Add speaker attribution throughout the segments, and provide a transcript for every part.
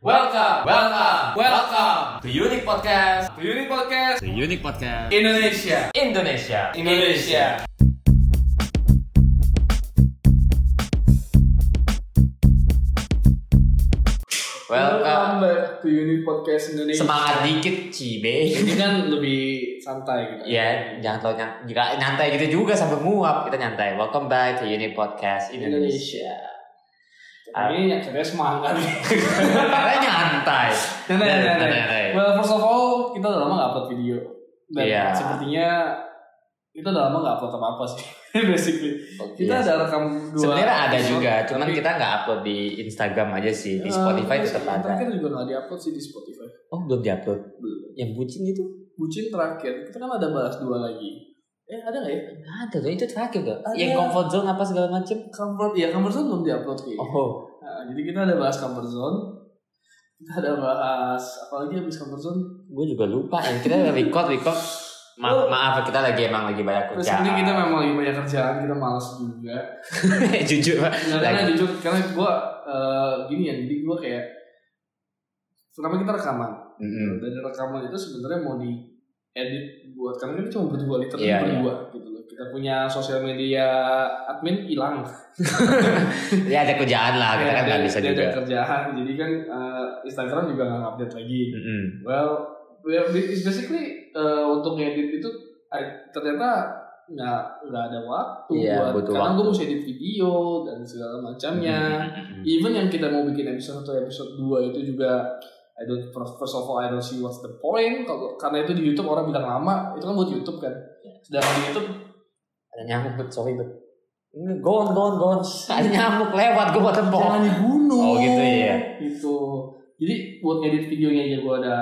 Speaker 1: Welcome, welcome, welcome to Unique Podcast, to Unique Podcast, to Unique Podcast Indonesia, Indonesia, Indonesia.
Speaker 2: Welcome
Speaker 1: Welcome.
Speaker 2: back to Unit Podcast Indonesia.
Speaker 1: Semangat dikit, Cibe.
Speaker 2: Ini kan lebih santai gitu.
Speaker 1: Ya, jangan terlalu nyant juga nyantai gitu juga sampai nguap kita nyantai. Welcome back to Unique Podcast Indonesia.
Speaker 2: Ini akhirnya semangat. Nah,
Speaker 1: Karena nyantai.
Speaker 2: Nyantai,
Speaker 1: Dan-
Speaker 2: nyantai.
Speaker 1: dan nyantai.
Speaker 2: well, first of all, kita udah lama nggak upload video. Dan
Speaker 1: Iya.
Speaker 2: sepertinya kita udah lama nggak upload apa-apa sih. Basically. Kita
Speaker 1: Iya.
Speaker 2: ada rekam dua.
Speaker 1: Sebenarnya ada
Speaker 2: episode,
Speaker 1: juga, cuman
Speaker 2: tapi-
Speaker 1: kita nggak upload di Instagram aja sih, di
Speaker 2: Eh,
Speaker 1: Spotify
Speaker 2: tapi
Speaker 1: tetap
Speaker 2: sih,
Speaker 1: ada.
Speaker 2: Tapi kita juga nggak diupload sih di Spotify.
Speaker 1: Oh belum diupload?
Speaker 2: Belum.
Speaker 1: Yang bucin itu?
Speaker 2: Bucin terakhir, kita kan ada bahas dua lagi. Eh, ada nggak ya?
Speaker 1: Nggak Ada tuh, itu terakhir tuh.
Speaker 2: Ada.
Speaker 1: Yang comfort zone apa segala macem?
Speaker 2: Comfort, ya comfort zone belum diupload sih.
Speaker 1: Oh,
Speaker 2: Nah, jadi kita ada bahas comfort zone. Kita ada bahas apalagi habis comfort zone.
Speaker 1: gue juga lupa. Yang kita record record. Ma-
Speaker 2: Oh.
Speaker 1: maaf kita lagi emang lagi banyak
Speaker 2: Terus
Speaker 1: kerjaan.
Speaker 2: ini kita memang lagi banyak kerjaan, kita malas juga.
Speaker 1: jujur. Pak.
Speaker 2: Nah, karena jujur, karena gue gini ya, jadi gue kayak pertama kita rekaman
Speaker 1: Mm-mm.
Speaker 2: dan rekaman itu sebenarnya mau di edit buat karena kita cuma berdua literally
Speaker 1: Iya,
Speaker 2: berdua gitu loh. Kita punya sosial media admin hilang.
Speaker 1: Jadi ada kerjaan lah, kita
Speaker 2: Ya,
Speaker 1: kan nggak
Speaker 2: dia-
Speaker 1: bisa
Speaker 2: dia
Speaker 1: juga.
Speaker 2: Ada kerjaan, jadi kan eh, Instagram juga nggak update lagi.
Speaker 1: Mm-mm.
Speaker 2: Well, well, it's basically uh, untuk ngedit itu I- ternyata nggak nggak ada waktu
Speaker 1: Iya,
Speaker 2: buat
Speaker 1: butuh
Speaker 2: karena
Speaker 1: waktu. Mm-hmm.
Speaker 2: gue mesti edit video dan segala macamnya.
Speaker 1: Mm-mm.
Speaker 2: Even yang kita mau bikin episode 1 episode 2 itu juga I don't first of all I don't see what's the point kalau karena itu di YouTube orang bilang lama itu kan buat YouTube kan. Sedangkan di YouTube
Speaker 1: Ada nyamuk bet, sorry Mm, bet. Ini Gon, gon, gon. Ada nyamuk lewat, gue mau tembok.
Speaker 2: jangan
Speaker 1: Oh,
Speaker 2: dibunuh.
Speaker 1: gitu ya.
Speaker 2: Gitu. Jadi buat ngedit videonya aja gue ada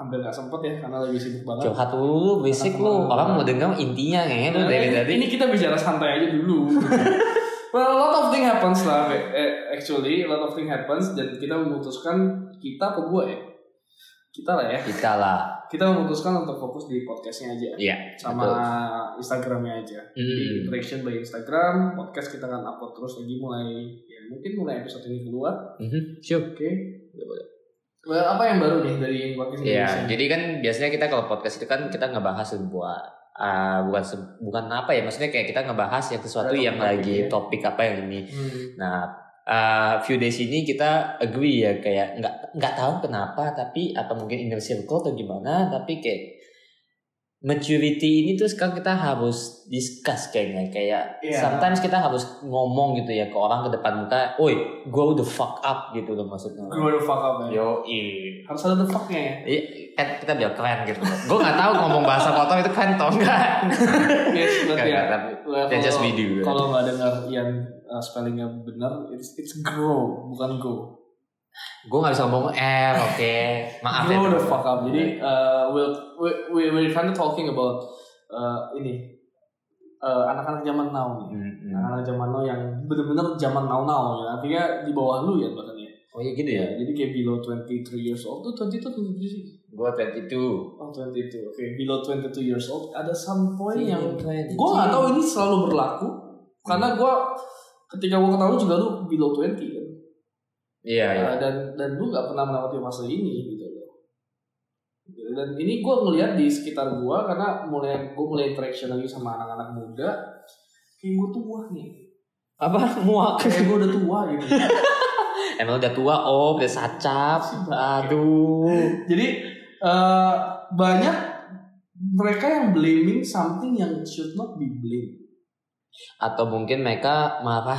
Speaker 2: hampir nggak sempet ya karena lagi sibuk banget.
Speaker 1: Curhat dulu, basic lu. Orang mau dengar intinya kayaknya lu
Speaker 2: Nah,
Speaker 1: dari
Speaker 2: ini-
Speaker 1: tadi.
Speaker 2: ini kita bicara santai aja dulu. well, a lot of thing happens lah. Be. Eh, Actually, a lot of thing happens dan kita memutuskan kita apa gue ya? Kita lah ya.
Speaker 1: Kita lah.
Speaker 2: Kita memutuskan untuk fokus di podcastnya aja
Speaker 1: Iya.
Speaker 2: sama
Speaker 1: betul. Hmm.
Speaker 2: Instagramnya aja.
Speaker 1: Mm-mm.
Speaker 2: Di reaction by Instagram, podcast kita akan upload terus lagi mulai ya mungkin mulai episode ini keluar.
Speaker 1: Mhm, Siap.
Speaker 2: Oke. Well, apa yang baru nih dari podcast Hmm.
Speaker 1: Iya,
Speaker 2: Indonesia?
Speaker 1: jadi kan biasanya kita kalau podcast itu kan kita ngebahas sebuah ah, bukan se- bukan apa ya maksudnya kayak kita ngebahas yang sesuatu
Speaker 2: Ada
Speaker 1: yang
Speaker 2: topik-topik
Speaker 1: lagi
Speaker 2: ya.
Speaker 1: topik apa yang ini.
Speaker 2: Hmm.
Speaker 1: Nah, ah, few days ini kita agree ya kayak nggak nggak tahu kenapa tapi apa mungkin inner circle atau gimana tapi kayak maturity ini tuh sekarang kita harus discuss kayaknya kayak
Speaker 2: Iya.
Speaker 1: sometimes kita harus ngomong gitu ya ke orang ke depan muka, "Oi, grow the fuck up" gitu loh maksudnya.
Speaker 2: Grow the fuck up ya.
Speaker 1: Yo,
Speaker 2: Harus ada the fucknya ya.
Speaker 1: Iya, kan kita biar keren gitu. gue nggak tahu ngomong bahasa kotor itu keren atau enggak.
Speaker 2: Yes,
Speaker 1: Nggak,
Speaker 2: berarti ya.
Speaker 1: nggak, tapi
Speaker 2: Well,
Speaker 1: They just
Speaker 2: kalau-
Speaker 1: video.
Speaker 2: Kalau nggak dengar yang uh, spellingnya benar, it's it's grow bukan go.
Speaker 1: Gue nggak bisa ngomong R, oke. Maaf
Speaker 2: grow
Speaker 1: ya.
Speaker 2: the fuck up. Jadi uh, we'll, we we we're kind of talking about uh, ini uh, anak-anak zaman now nih.
Speaker 1: Hmm, hmm.
Speaker 2: Anak-anak zaman now yang benar-benar zaman now now ya. Artinya di bawah lu ya bahkan ya.
Speaker 1: Oh iya gitu ya.
Speaker 2: Jadi kayak below 23 years old tuh 22 23 sih.
Speaker 1: Gue 22.
Speaker 2: Oh 22. Oke, below 22 years old ada some point Oh, iya,
Speaker 1: Iya.
Speaker 2: yang gue
Speaker 1: gue
Speaker 2: nggak tahu ini selalu berlaku karena gue ketika gue kenal lu juga lu below 20 kan
Speaker 1: Iya iya.
Speaker 2: Nah, dan dan lu nggak pernah melewati fase ini gitu loh Gitu. dan ini gue ngeliat di sekitar gue karena mulai gue mulai interaction lagi sama anak-anak muda kayak gue tua nih
Speaker 1: Apa muak?
Speaker 2: kayak gue udah tua gitu
Speaker 1: Emang udah tua om, udah sacap. Aduh.
Speaker 2: jadi eh, banyak mereka yang blaming something yang should not be blamed
Speaker 1: Atau mungkin mereka marah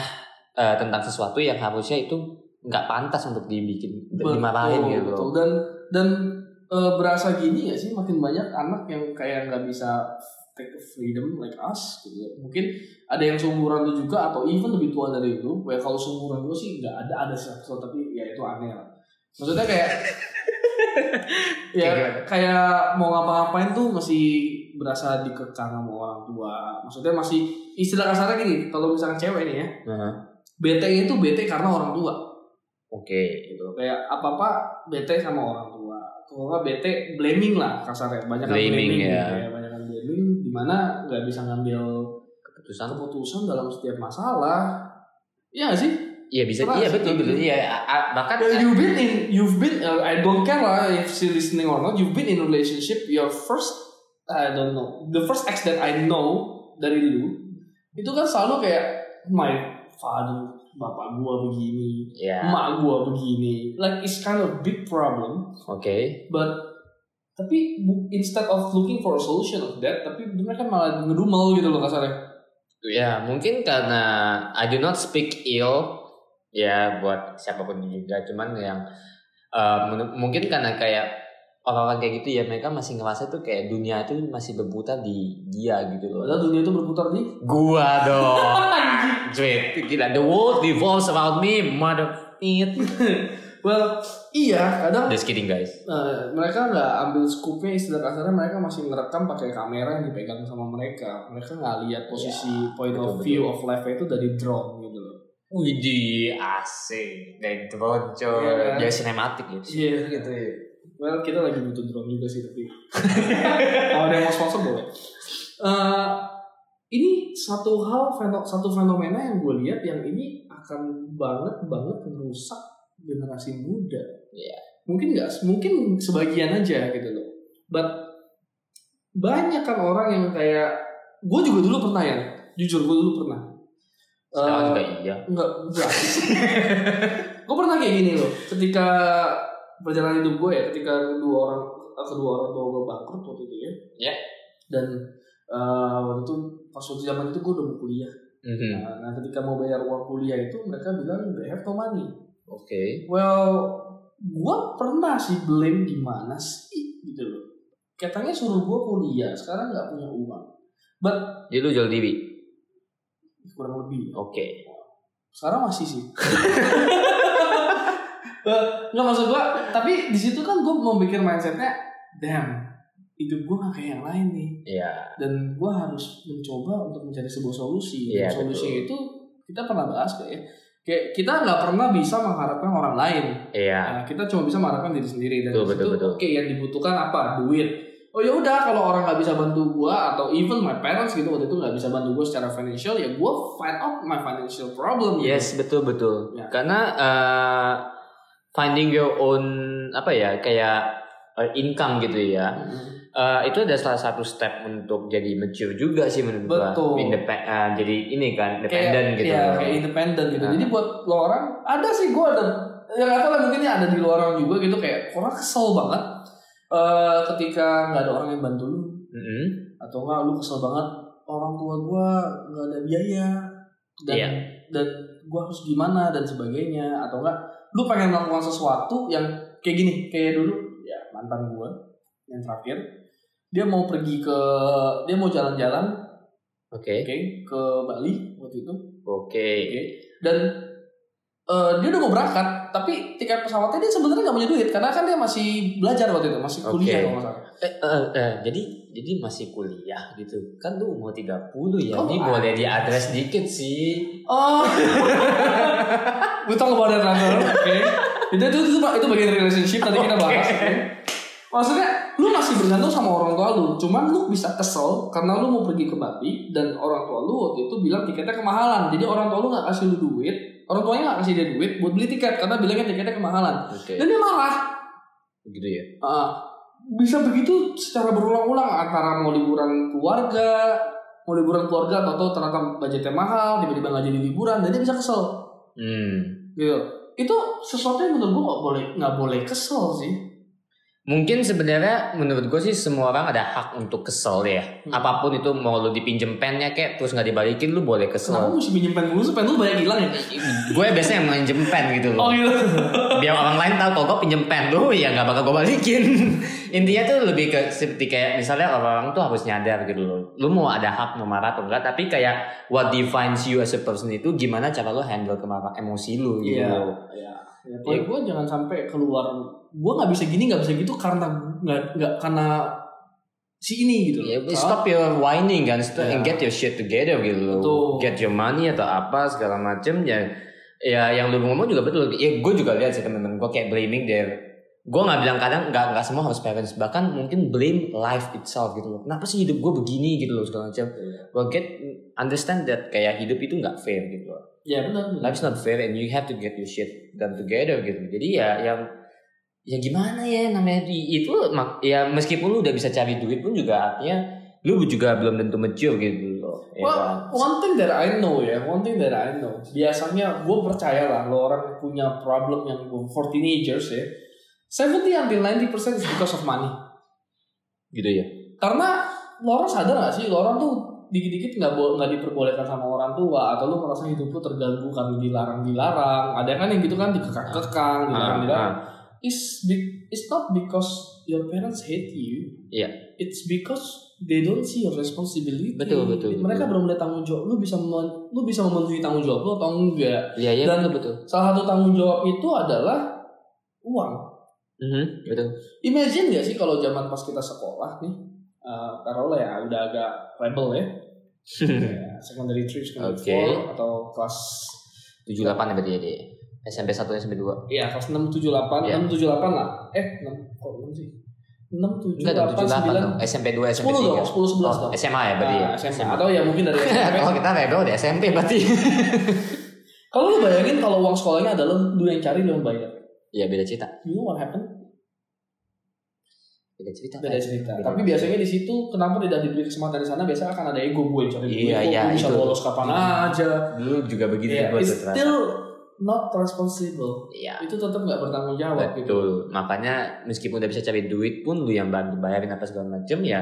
Speaker 1: eh, tentang sesuatu yang harusnya itu nggak pantas untuk dibikin dimarahin
Speaker 2: Betul,
Speaker 1: gitu.
Speaker 2: betul. dan dan eh, berasa gini ya sih makin banyak anak yang kayak nggak bisa take freedom like us gitu ya. mungkin ada yang seumuran lu juga atau even lebih tua dari lu ya kalau seumuran gue sih nggak ada ada sih episode, tapi ya itu aneh lah maksudnya kayak ya kayak mau ngapa-ngapain tuh masih berasa dikekang sama orang tua maksudnya masih istilah kasarnya gini kalau misalkan cewek nih ya
Speaker 1: Heeh.
Speaker 2: bete itu bete karena orang tua
Speaker 1: Oke.
Speaker 2: gitu kayak apa apa bete sama orang tua kalau nggak bete blaming lah kasarnya banyak gitu
Speaker 1: Blaming, ya.
Speaker 2: banyak blaming dimana nggak bisa ngambil
Speaker 1: Keputusan
Speaker 2: keputusan dalam setiap masalah Iya nggak sih?
Speaker 1: Iya bisa,
Speaker 2: Keras
Speaker 1: iya betul
Speaker 2: gitu.
Speaker 1: betul. Iya, a- a- bahkan
Speaker 2: Ya, you've been in, you've been uh, I don't care lah if she listening or not. You've been in a relationship. Your first, I don't know. The first ex that I know dari lu itu kan selalu kayak my father, bapak gua begini,
Speaker 1: Ya.
Speaker 2: emak gua begini. Like it's kind of big problem.
Speaker 1: Oke.
Speaker 2: But tapi bu- instead of looking for a solution of that, tapi mereka malah ngedumel gitu loh kasarnya.
Speaker 1: Ya, mungkin karena I do not speak ill ya buat siapapun juga cuman yang eh, men- mungkin karena kayak orang-orang kayak gitu ya mereka masih ngerasa tuh kayak dunia itu masih berputar di dia gitu loh.
Speaker 2: Padahal dunia itu berputar di
Speaker 1: Gua dong. Cuit, gila the world revolves around me, mother it.
Speaker 2: Well, iya kadang
Speaker 1: Just kidding guys.
Speaker 2: Nah, mereka nggak ambil scoopnya istilah kasarnya mereka masih ngerekam pakai kamera yang dipegang sama mereka mereka nggak lihat posisi point
Speaker 1: betul,
Speaker 2: of view of life itu dari drone gitu loh
Speaker 1: Widih, asik dan terbocor.
Speaker 2: Iya.
Speaker 1: Dia sinematik gitu.
Speaker 2: iya gitu ya well kita lagi butuh drone juga sih tapi kalau ada yang mau sponsor boleh Eh, ini satu hal feno- satu fenomena yang gue lihat yang ini akan banget banget merusak generasi muda
Speaker 1: Iya.
Speaker 2: mungkin nggak mungkin sebagian aja gitu loh but banyak kan orang yang kayak gue juga dulu pernah ya jujur gue dulu pernah
Speaker 1: Sekarang
Speaker 2: Eh,
Speaker 1: juga iya.
Speaker 2: Enggak, enggak. gue pernah kayak gini loh. Ketika perjalanan hidup gue ya, ketika kedua orang kedua orang tua gue bangkrut waktu itu ya.
Speaker 1: Iya.
Speaker 2: Dan eh, waktu itu pas waktu zaman itu gue udah mau kuliah.
Speaker 1: Mhm.
Speaker 2: Nah, nah, ketika mau bayar uang kuliah itu mereka bilang they have no money.
Speaker 1: Oke.
Speaker 2: Well, gue pernah sih blame gimana sih gitu loh. Katanya suruh gue kuliah, sekarang nggak punya uang.
Speaker 1: Jadi lu jual diri.
Speaker 2: Kurang lebih.
Speaker 1: Oke.
Speaker 2: sekarang masih sih Eh, nggak maksud gua tapi di situ kan gua mau mikir mindsetnya damn hidup gua gak kayak yang lain nih
Speaker 1: Iya.
Speaker 2: dan gua harus mencoba untuk mencari sebuah solusi Dan
Speaker 1: Iya,
Speaker 2: solusi itu kita pernah bahas kayak ya kayak kita nggak pernah bisa mengharapkan orang lain
Speaker 1: Iya.
Speaker 2: Nah, kita cuma bisa mengharapkan diri sendiri dan
Speaker 1: Betul,
Speaker 2: di situ,
Speaker 1: betul, betul.
Speaker 2: oke yang dibutuhkan apa duit oh ya udah kalau orang nggak bisa bantu gua atau even my parents gitu waktu itu nggak bisa bantu gua secara financial ya gua find out my financial problem gitu.
Speaker 1: Yes, betul betul.
Speaker 2: Ya.
Speaker 1: Karena eh, finding your own apa ya kayak eh, income gitu ya.
Speaker 2: Mm-mm.
Speaker 1: Eh, itu ada salah satu step untuk jadi mature juga sih menurut gua.
Speaker 2: Betul.
Speaker 1: Indepe- eh, jadi ini kan dependent
Speaker 2: Kayak-
Speaker 1: gitu.
Speaker 2: ya,
Speaker 1: loh.
Speaker 2: kayak independen gitu
Speaker 1: Nah.
Speaker 2: jadi buat lo orang ada sih gua ada yang nggak tahu lah mungkin ya ada di luar orang juga gitu kayak orang kesel banget eh, ketika nggak ada orang yang bantu lu
Speaker 1: Mm-mm.
Speaker 2: atau enggak lu kesel banget orang tua gua nggak ada biaya dan
Speaker 1: Iya.
Speaker 2: dan gua harus gimana dan sebagainya atau enggak lu pengen melakukan sesuatu yang kayak gini kayak dulu ya mantan gua yang terakhir dia mau pergi ke dia mau jalan-jalan
Speaker 1: Oke.
Speaker 2: oke ke Bali waktu itu
Speaker 1: Oke.
Speaker 2: dan eh, dia udah mau berangkat tapi tiket pesawatnya dia sebenarnya nggak punya duit karena kan dia masih belajar waktu itu masih kuliah
Speaker 1: Oke.
Speaker 2: kalau nggak salah
Speaker 1: Eh, eh, eh, jadi jadi masih kuliah gitu. Kan lu umur 30 ya.
Speaker 2: Oh,
Speaker 1: Ini
Speaker 2: ah.
Speaker 1: boleh diadres dikit sih.
Speaker 2: oh gue tau kepada runner oke itu, itu itu itu bagian relationship tadi kita bahas oke maksudnya lu masih bergantung sama orang tua lu cuman lu bisa kesel karena lu mau pergi ke Bali dan orang tua lu waktu itu bilang tiketnya kemahalan jadi orang tua lu nggak kasih lu duit orang tuanya nggak kasih dia duit buat beli tiket karena bilangnya tiketnya kemahalan
Speaker 1: Oke.
Speaker 2: dan dia marah
Speaker 1: Gitu ya.
Speaker 2: Ah, bisa begitu secara berulang-ulang antara mau liburan keluarga, mau liburan keluarga atau ternyata budgetnya mahal, tiba-tiba nggak jadi liburan, dan dia bisa kesel
Speaker 1: Hmm.
Speaker 2: gitu. Itu sesuatu yang menurut gue nggak boleh nggak boleh kesel sih.
Speaker 1: Mungkin sebenarnya menurut gue sih semua orang ada hak untuk kesel ya.
Speaker 2: Hmm.
Speaker 1: Apapun itu mau lu dipinjem pennya kayak terus nggak dibalikin lu boleh
Speaker 2: Kenapa
Speaker 1: kesel.
Speaker 2: mesti pinjem pen dulu? Pen lu banyak hilang ya?
Speaker 1: gue biasanya yang minjem pen gitu loh.
Speaker 2: Oh gitu.
Speaker 1: Biar orang lain tahu kalau gue pinjem pen lu ya nggak bakal gue balikin. Intinya tuh lebih ke seperti kayak misalnya orang tuh harus nyadar gitu loh. Lu mau ada hak mau marah atau enggak tapi kayak what defines you as a person itu gimana cara lu handle kemarahan emosi lu gitu
Speaker 2: Iya.
Speaker 1: loh.
Speaker 2: Ya, ya, poin gue jangan sampai keluar. Gue nggak bisa gini, nggak bisa gitu karena nggak nggak karena si ini gitu.
Speaker 1: Ya,
Speaker 2: loh. Karena-
Speaker 1: stop your whining kan, stop
Speaker 2: Ya.
Speaker 1: and get your shit together gitu loh.
Speaker 2: Betul.
Speaker 1: Get your money atau apa segala macem ya. Ya yang lu ngomong juga betul. Ya gue juga lihat sih temen-temen gue kayak blaming their gue nggak bilang kadang nggak nggak semua harus parents bahkan mungkin blame life itself gitu loh kenapa sih hidup gue begini gitu loh segala macam
Speaker 2: Iya.
Speaker 1: well get understand that kayak hidup itu nggak fair gitu loh
Speaker 2: Ya benar. benar.
Speaker 1: life's not fair and you have to get your shit done together gitu jadi ya yang ya gimana ya namanya di itu mak- ya meskipun lu udah bisa cari duit pun juga artinya lu juga belum tentu mature gitu loh. ya kan?
Speaker 2: Well, one thing that I know ya, one thing that I know. Biasanya gue percaya lah lo orang punya problem yang for teenagers ya. 70 until 90% is because of money.
Speaker 1: gitu ya.
Speaker 2: Karena lo orang sadar gak sih, lo orang tuh dikit-dikit nggak bo- nggak diperbolehkan sama orang tua atau lu merasa hidup lu terganggu karena dilarang-dilarang. Ada kan yang gitu kan dikekang-kekang, dilarang-dilarang.
Speaker 1: Ah, ah.
Speaker 2: It's be- it's not because your parents hate you.
Speaker 1: Iya.
Speaker 2: It's because they don't see your responsibility.
Speaker 1: Betul, betul,
Speaker 2: Mereka
Speaker 1: betul.
Speaker 2: belum lihat tanggung jawab. Lu bisa men- lu bisa memenuhi tanggung jawab lu atau enggak.
Speaker 1: Iya, iya
Speaker 2: Dan-
Speaker 1: betul betul.
Speaker 2: Salah satu tanggung jawab itu adalah uang.
Speaker 1: Mhm, betul.
Speaker 2: Imagine gak sih kalau zaman pas kita sekolah nih, eh taruhlah ya udah agak rebel ya, Kayak secondary three, secondary
Speaker 1: Oke.
Speaker 2: four, atau kelas
Speaker 1: 78 ya berarti ya dia. SMP 1 SMP 2.
Speaker 2: Iya, kelas 6 7 8,
Speaker 1: Iya.
Speaker 2: 6 7 8 lah. Eh, 6 kok 6 sih? 6 7
Speaker 1: Enggak dong, 78 dong.
Speaker 2: 8 9
Speaker 1: SMP 2 SMP
Speaker 2: 10 dong,
Speaker 1: 3.
Speaker 2: 10 11
Speaker 1: Oh,
Speaker 2: dong.
Speaker 1: SMA ya berarti ya.
Speaker 2: Ah, SMA. Atau ya mungkin dari SMP.
Speaker 1: Kalau kita rebel di SMP berarti.
Speaker 2: Kalau lu bayangin kalau uang sekolahnya adalah lu yang cari lu yang bayar.
Speaker 1: Iya beda cerita.
Speaker 2: You know what happened?
Speaker 1: Beda cerita.
Speaker 2: Beda cerita.
Speaker 1: Beda.
Speaker 2: Tapi biasanya di situ kenapa tidak diberi kesempatan di sana? Biasanya akan ada ego gue cari gue.
Speaker 1: Iya,
Speaker 2: kok
Speaker 1: iya,
Speaker 2: gue bisa
Speaker 1: itu.
Speaker 2: bolos kapan aja.
Speaker 1: Dulu juga begitu
Speaker 2: Iya,
Speaker 1: Gitu, gua
Speaker 2: It's
Speaker 1: tuh terasa.
Speaker 2: still not responsible.
Speaker 1: Iya.
Speaker 2: Itu tetap nggak bertanggung jawab gitu.
Speaker 1: Betul. Makanya meskipun udah bisa cari duit pun lu yang bantu bayarin apa segala macem ya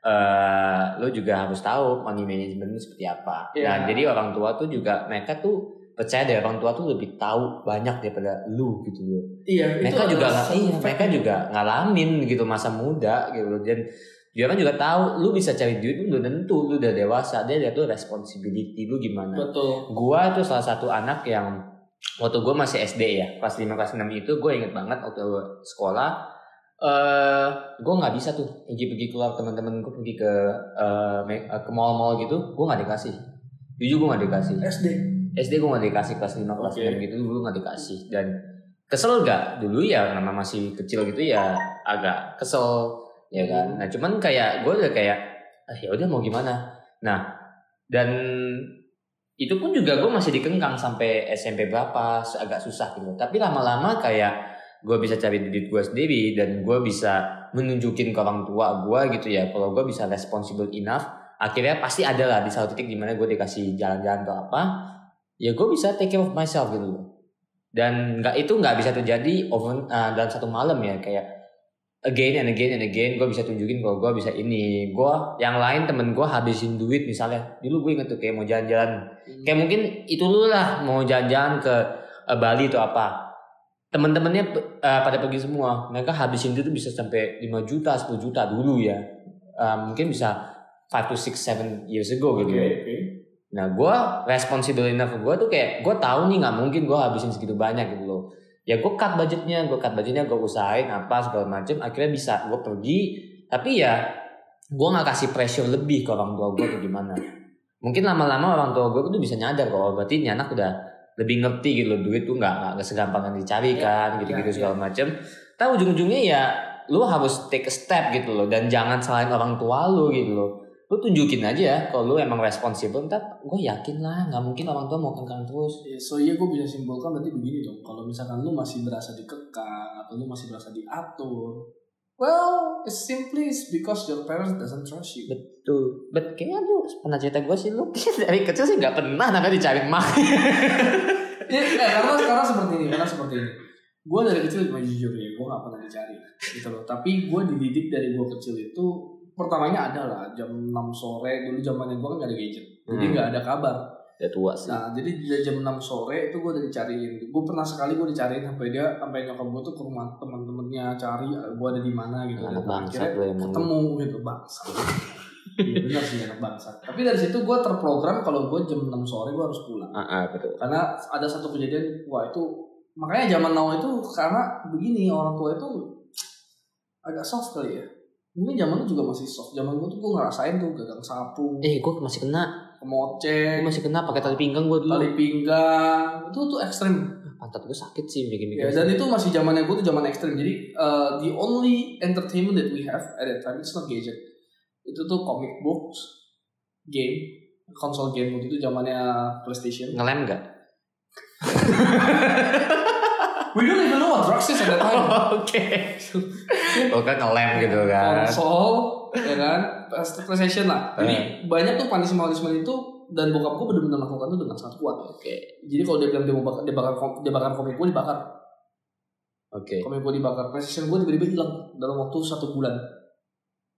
Speaker 1: eh lu juga harus tahu money management lu seperti apa.
Speaker 2: Iya.
Speaker 1: Nah, jadi orang tua tuh juga mereka tuh percaya deh orang tua tuh lebih tahu banyak daripada lu gitu loh.
Speaker 2: Iya,
Speaker 1: Mereka juga
Speaker 2: adalah
Speaker 1: nggak- iya,
Speaker 2: fact.
Speaker 1: mereka juga ngalamin gitu masa muda gitu loh. Dan dia kan juga tahu lu bisa cari duit lu udah tentu lu udah dewasa dia lihat tuh responsibility lu gimana
Speaker 2: betul.
Speaker 1: gua tuh salah satu anak yang waktu gua masih SD ya kelas 5 kelas 6 itu gue inget banget waktu sekolah eh gue nggak bisa tuh pergi-pergi keluar teman-teman gue pergi ke eh, me- eh, ke mall-mall gitu gue nggak dikasih jujur gue nggak dikasih
Speaker 2: SD.
Speaker 1: SD gue nggak dikasih kelas 5 kelas
Speaker 2: Oke.
Speaker 1: 6 gitu dulu nggak dikasih dan kesel gak dulu ya nama masih kecil gitu ya agak kesel ya kan nah cuman kayak gue udah kayak ah, ya udah mau gimana nah dan itu pun juga gue masih dikengkang sampai SMP berapa se- agak susah gitu tapi lama-lama kayak gue bisa cari duit gue sendiri dan gue bisa menunjukin ke orang tua gue gitu ya kalau gue bisa responsible enough akhirnya pasti ada lah di satu titik dimana gue dikasih jalan-jalan atau apa ya gue bisa take care of myself gitu loh. dan nggak itu nggak bisa terjadi over eh, dalam satu malam ya kayak again and again and again gue bisa tunjukin kalau gue bisa ini gue yang lain temen gue habisin duit misalnya dulu gue inget tuh kayak mau jalan-jalan kayak mungkin itu dulu lah mau jalan-jalan ke eh, Bali atau apa temen-temennya eh, pada pergi semua mereka habisin duit tuh bisa sampai 5 juta 10 juta dulu ya Eh, mungkin bisa 5 to 6 7 years ago
Speaker 2: Oke,
Speaker 1: gitu ya.
Speaker 2: oke.
Speaker 1: Nah gue responsible enough gue tuh kayak gue tahu nih nggak mungkin gue habisin segitu banyak gitu loh. Ya gue cut budgetnya, gue cut budgetnya, gue usahain apa segala macem. Akhirnya bisa gue pergi. Tapi ya gue nggak kasih pressure lebih ke orang tua gue tuh gimana. Mungkin lama-lama orang tua gue tuh bisa nyadar kalau berarti ini anak udah lebih ngerti gitu loh duit tuh nggak nggak segampang yang dicari kan gitu-gitu
Speaker 2: iya,
Speaker 1: segala macem. Tapi ujung-ujungnya ya lu harus take a step gitu loh dan jangan salahin orang tua lu gitu loh lu tunjukin aja ya, kalau lu emang responsibel ntar gue yakin lah nggak mungkin orang tua mau kengkang terus
Speaker 2: Ya, So iya gue bisa simpulkan berarti begini dong Kalau misalkan lu masih berasa dikekang Atau lu masih berasa diatur Well, it's simply it's because your parents doesn't trust you
Speaker 1: betul bet kayaknya lu pernah cerita gue sih lu dari kecil sih nggak pernah namanya dicari mah
Speaker 2: Iya, iya, karena, karena seperti ini, karena seperti ini Gue dari kecil cuma jujur ya, gue gak pernah dicari gitu loh. Tapi gue dididik dari gue kecil itu Pertamanya adalah jam 6 sore Dulu zamannya gue kan gak ada gadget Jadi
Speaker 1: Hmm.
Speaker 2: nggak ada kabar
Speaker 1: udah tua sih
Speaker 2: Nah, jadi dari jam 6 sore itu gue udah dicariin. Gue pernah sekali gue dicariin sampai dia sampai nyokap gue tuh ke rumah teman-temannya cari gue ada di mana gitu. Dan
Speaker 1: anak bangsat
Speaker 2: akhirnya
Speaker 1: lu emang
Speaker 2: ketemu gitu bangsa. Iya benar sih anak bangsa. Tapi dari situ gue terprogram kalau gue jam 6 sore gue harus pulang.
Speaker 1: ah ah, betul
Speaker 2: Karena ada satu kejadian wah itu makanya zaman now itu karena begini orang tua itu agak soft kali ya. Mungkin zaman lu juga masih soft. Zaman gue tuh gue ngerasain tuh gagang sapu,
Speaker 1: eh gue masih kena gue
Speaker 2: kemoceng,
Speaker 1: masih kena pakai tali pinggang gue dulu
Speaker 2: tali pinggang. Itu tuh ekstrim.
Speaker 1: pantat gue sakit sih bikin bikin
Speaker 2: Ya, dan itu masih zamannya gue tuh zaman ekstrim. Jadi uh, the only entertainment that we have at that time it's not gadget. Itu tuh comic books, game, konsol game waktu itu zamannya PlayStation.
Speaker 1: ngelem gak
Speaker 2: we don't even know what drugs is at that time
Speaker 1: Oke. Oh kan ngelem gitu kan. Iya.
Speaker 2: konsol ya kan PlayStation lah jadi banyak tuh punishment punishment itu dan bokap gue benar-benar melakukan itu dengan sangat kuat
Speaker 1: Oke.
Speaker 2: jadi kalau dia bilang dia mau bakar dia bakar kom- dia bakar komik gue dibakar
Speaker 1: Oke.
Speaker 2: komik gue dibakar PlayStation gue tiba-tiba hilang dalam waktu satu bulan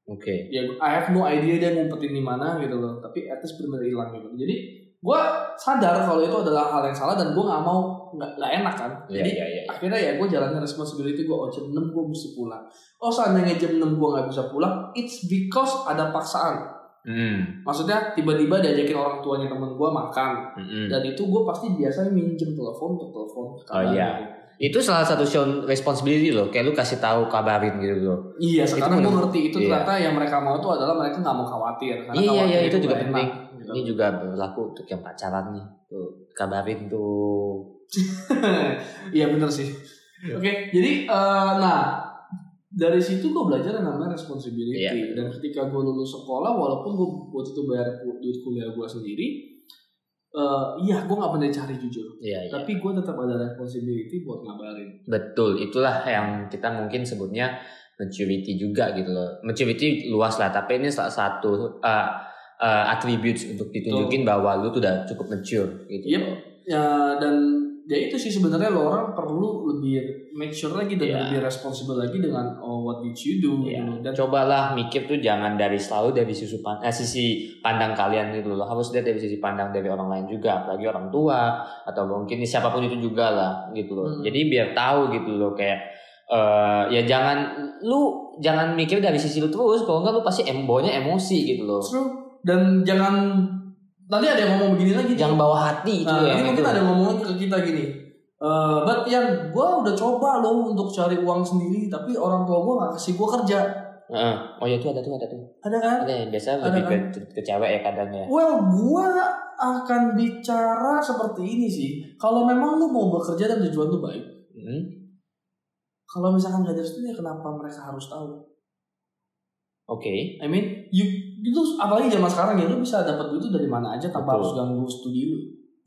Speaker 1: Oke.
Speaker 2: ya I have no idea dia ngumpetin di mana gitu loh tapi at least benar-benar hilang gitu jadi gue sadar kalau itu adalah hal yang salah dan gue nggak mau nggak nggak enak kan
Speaker 1: Iya
Speaker 2: jadi
Speaker 1: iya iya.
Speaker 2: akhirnya ya gue jalanin responsibility gue oh jam 6 gue mesti pulang oh seandainya jam 6 gue nggak bisa pulang it's because ada paksaan
Speaker 1: Hmm.
Speaker 2: maksudnya tiba-tiba diajakin orang tuanya temen gue makan
Speaker 1: Mm-mm.
Speaker 2: dan itu gue pasti biasanya minjem telepon untuk telepon
Speaker 1: Oh,
Speaker 2: ke kabarin.
Speaker 1: iya. Itu salah satu shown responsibility loh. Kayak lu kasih tahu kabarin gitu loh.
Speaker 2: Iya,
Speaker 1: Itu
Speaker 2: sekarang gue
Speaker 1: menurut-
Speaker 2: ngerti itu
Speaker 1: iya.
Speaker 2: ternyata yang mereka mau itu adalah mereka nggak mau khawatir karena
Speaker 1: Iya, iya,
Speaker 2: khawatir
Speaker 1: iya, itu juga
Speaker 2: nggak
Speaker 1: penting.
Speaker 2: gitu.
Speaker 1: Ini juga berlaku untuk yang pacaran nih. Tuh, kabarin tuh.
Speaker 2: Iya bener sih.
Speaker 1: Iya.
Speaker 2: Oke, jadi eh, nah dari situ gue belajar yang namanya responsibility
Speaker 1: Iya.
Speaker 2: dan ketika gue lulus sekolah walaupun gue waktu itu bayar ku- duit kuliah gue sendiri, eh, iya gue nggak pernah cari jujur,
Speaker 1: Iya, iya.
Speaker 2: tapi gue tetap ada responsibility buat ngabarin.
Speaker 1: Betul, itulah yang kita mungkin sebutnya maturity juga gitu loh. Maturity luas lah, tapi ini salah satu eh, eh, attributes untuk ditunjukin bahwa lu tuh udah cukup mature gitu.
Speaker 2: Yep.
Speaker 1: loh.
Speaker 2: Ya dan ya itu sih sebenarnya lo orang perlu lebih make sure lagi dan
Speaker 1: Iya.
Speaker 2: lebih responsible lagi dengan oh, what did you do
Speaker 1: Iya.
Speaker 2: gitu. dan
Speaker 1: Cobalah mikir tuh jangan dari selalu dari sisi pan eh, sisi pandang kalian gitu loh. Harus lihat dari sisi pandang dari orang lain juga, apalagi orang tua atau mungkin siapapun itu juga lah gitu loh.
Speaker 2: Hmm.
Speaker 1: Jadi biar tahu gitu loh kayak eh, ya jangan lu jangan mikir dari sisi lu terus, kalau enggak lu pasti embonya emosi gitu loh.
Speaker 2: True. dan jangan nanti ada yang ngomong begini lagi
Speaker 1: Jangan bawa hati itu
Speaker 2: Nah,
Speaker 1: ya.
Speaker 2: ini mungkin
Speaker 1: gitu.
Speaker 2: ada ngomongin ke kita gini. Eh, but yang gue udah coba loh untuk cari uang sendiri, tapi orang tua gue gak kasih gue kerja.
Speaker 1: Heeh. oh ya tuh ada tuh ada tuh.
Speaker 2: Ada kan?
Speaker 1: Ada ya biasa
Speaker 2: Ada kan?
Speaker 1: lebih ke, ke cewek ya kadang ya.
Speaker 2: Well, gue akan bicara seperti ini sih. Kalau memang lu mau bekerja dan tujuan lu baik,
Speaker 1: Hmm.
Speaker 2: kalau misalkan gak ada restu, ya kenapa mereka harus tahu?
Speaker 1: Oke.
Speaker 2: I mean, you itu apalagi zaman sekarang ya lu bisa dapat duit itu dari mana aja tanpa
Speaker 1: Betul.
Speaker 2: harus ganggu studi lu.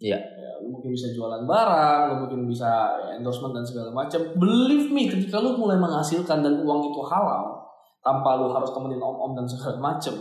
Speaker 1: Iya.
Speaker 2: Ya, lu mungkin bisa jualan barang, lu mungkin bisa ya, endorsement dan segala macam. Believe me, ketika lu mulai menghasilkan dan uang itu halal tanpa lu harus temenin om-om dan segala macam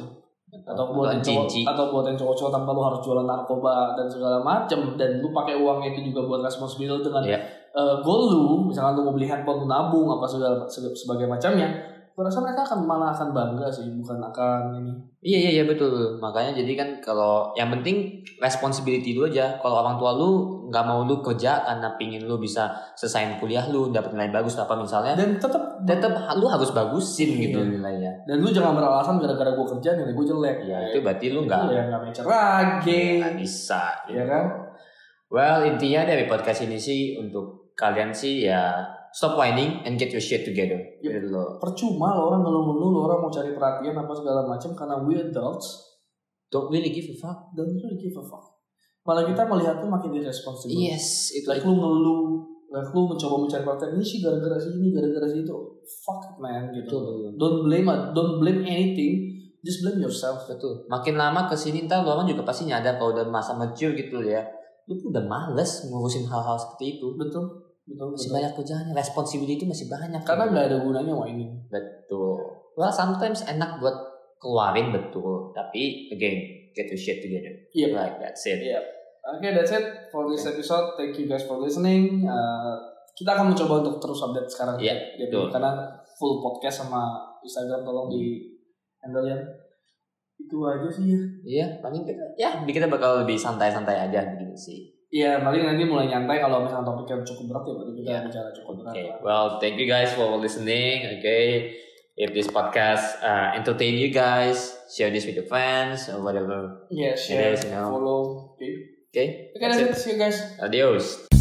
Speaker 2: atau buat yang cowok
Speaker 1: cici.
Speaker 2: atau buat yang cowok-cowok tanpa lu harus jualan narkoba dan segala macam dan lu pakai uangnya itu juga buat responsible dengan
Speaker 1: Iya.
Speaker 2: eh, goal lu misalkan lu mau beli handphone lu nabung apa segala seg- sebagai macamnya gue rasa mereka akan malah akan bangga sih bukan akan ini
Speaker 1: Iya iya iya betul. Makanya jadi kan kalau yang penting responsibility lu aja. Kalau orang tua lu nggak mau lu kerja karena pingin lu bisa selesaiin kuliah lu dapat nilai bagus apa misalnya.
Speaker 2: dan tetap
Speaker 1: Tetap lu harus bagusin gitu
Speaker 2: Iya.
Speaker 1: nilainya.
Speaker 2: dan lu jangan beralasan gara-gara gue kerja nilai gue jelek
Speaker 1: Ya itu Iya, berarti lu nggak
Speaker 2: ya nggak main cerage
Speaker 1: Nggak bisa. ya.
Speaker 2: Iya kan?
Speaker 1: Well, intinya dari podcast ini sih untuk kalian sih ya stop whining and get your shit together.
Speaker 2: Yep.
Speaker 1: Gitu loh.
Speaker 2: percuma lo orang ngeluh-ngeluh lo orang mau cari perhatian apa segala macam karena we adults
Speaker 1: Don't really give a fuck.
Speaker 2: dan itu give a fuck malah kita melihat tuh makin irresponsible
Speaker 1: Yes, itu
Speaker 2: like lu ngeluh like lu mencoba mencari perhatian ini sih gara-gara sih ini gara-gara sih itu fuck it, man
Speaker 1: Betul,
Speaker 2: gitu
Speaker 1: betul.
Speaker 2: don't blame don't blame anything just blame yourself
Speaker 1: Betul. Makin lama kesini ntar lu kan juga pasti nyadar kalau udah masa mature gitu ya. Lu tuh udah males ngurusin hal-hal seperti itu.
Speaker 2: betul betul,
Speaker 1: Masih
Speaker 2: betul.
Speaker 1: banyak kerjaannya, responsibility masih banyak.
Speaker 2: karena nggak ada gunanya whining
Speaker 1: betul. Well, sometimes enak buat keluarin betul, tapi again, get your shit together.
Speaker 2: iya
Speaker 1: Like that's it.
Speaker 2: Iya. Oke, that's it for this episode. Thank you guys for listening. Uh, kita akan mencoba untuk terus update sekarang.
Speaker 1: Iya,
Speaker 2: Jadi,
Speaker 1: betul.
Speaker 2: karena full podcast sama Instagram tolong di
Speaker 1: Hmm.
Speaker 2: handle yang itu aja sih ya.
Speaker 1: Iya, paling kita, ya kita bakal lebih santai-santai aja begini sih.
Speaker 2: Iya, paling nanti mulai nyantai kalau misalnya topiknya cukup berat ya baru kita
Speaker 1: Iya.
Speaker 2: bicara cukup berat.
Speaker 1: Okay.
Speaker 2: lah.
Speaker 1: Well, thank you guys for listening. Okay. If this podcast uh, entertain you guys, share this with your friends or whatever.
Speaker 2: Iya, share,
Speaker 1: is, you know.
Speaker 2: follow. Oke.
Speaker 1: Okay.
Speaker 2: Oke,
Speaker 1: That's
Speaker 2: that's
Speaker 1: it.
Speaker 2: it. See you guys.
Speaker 1: Adios.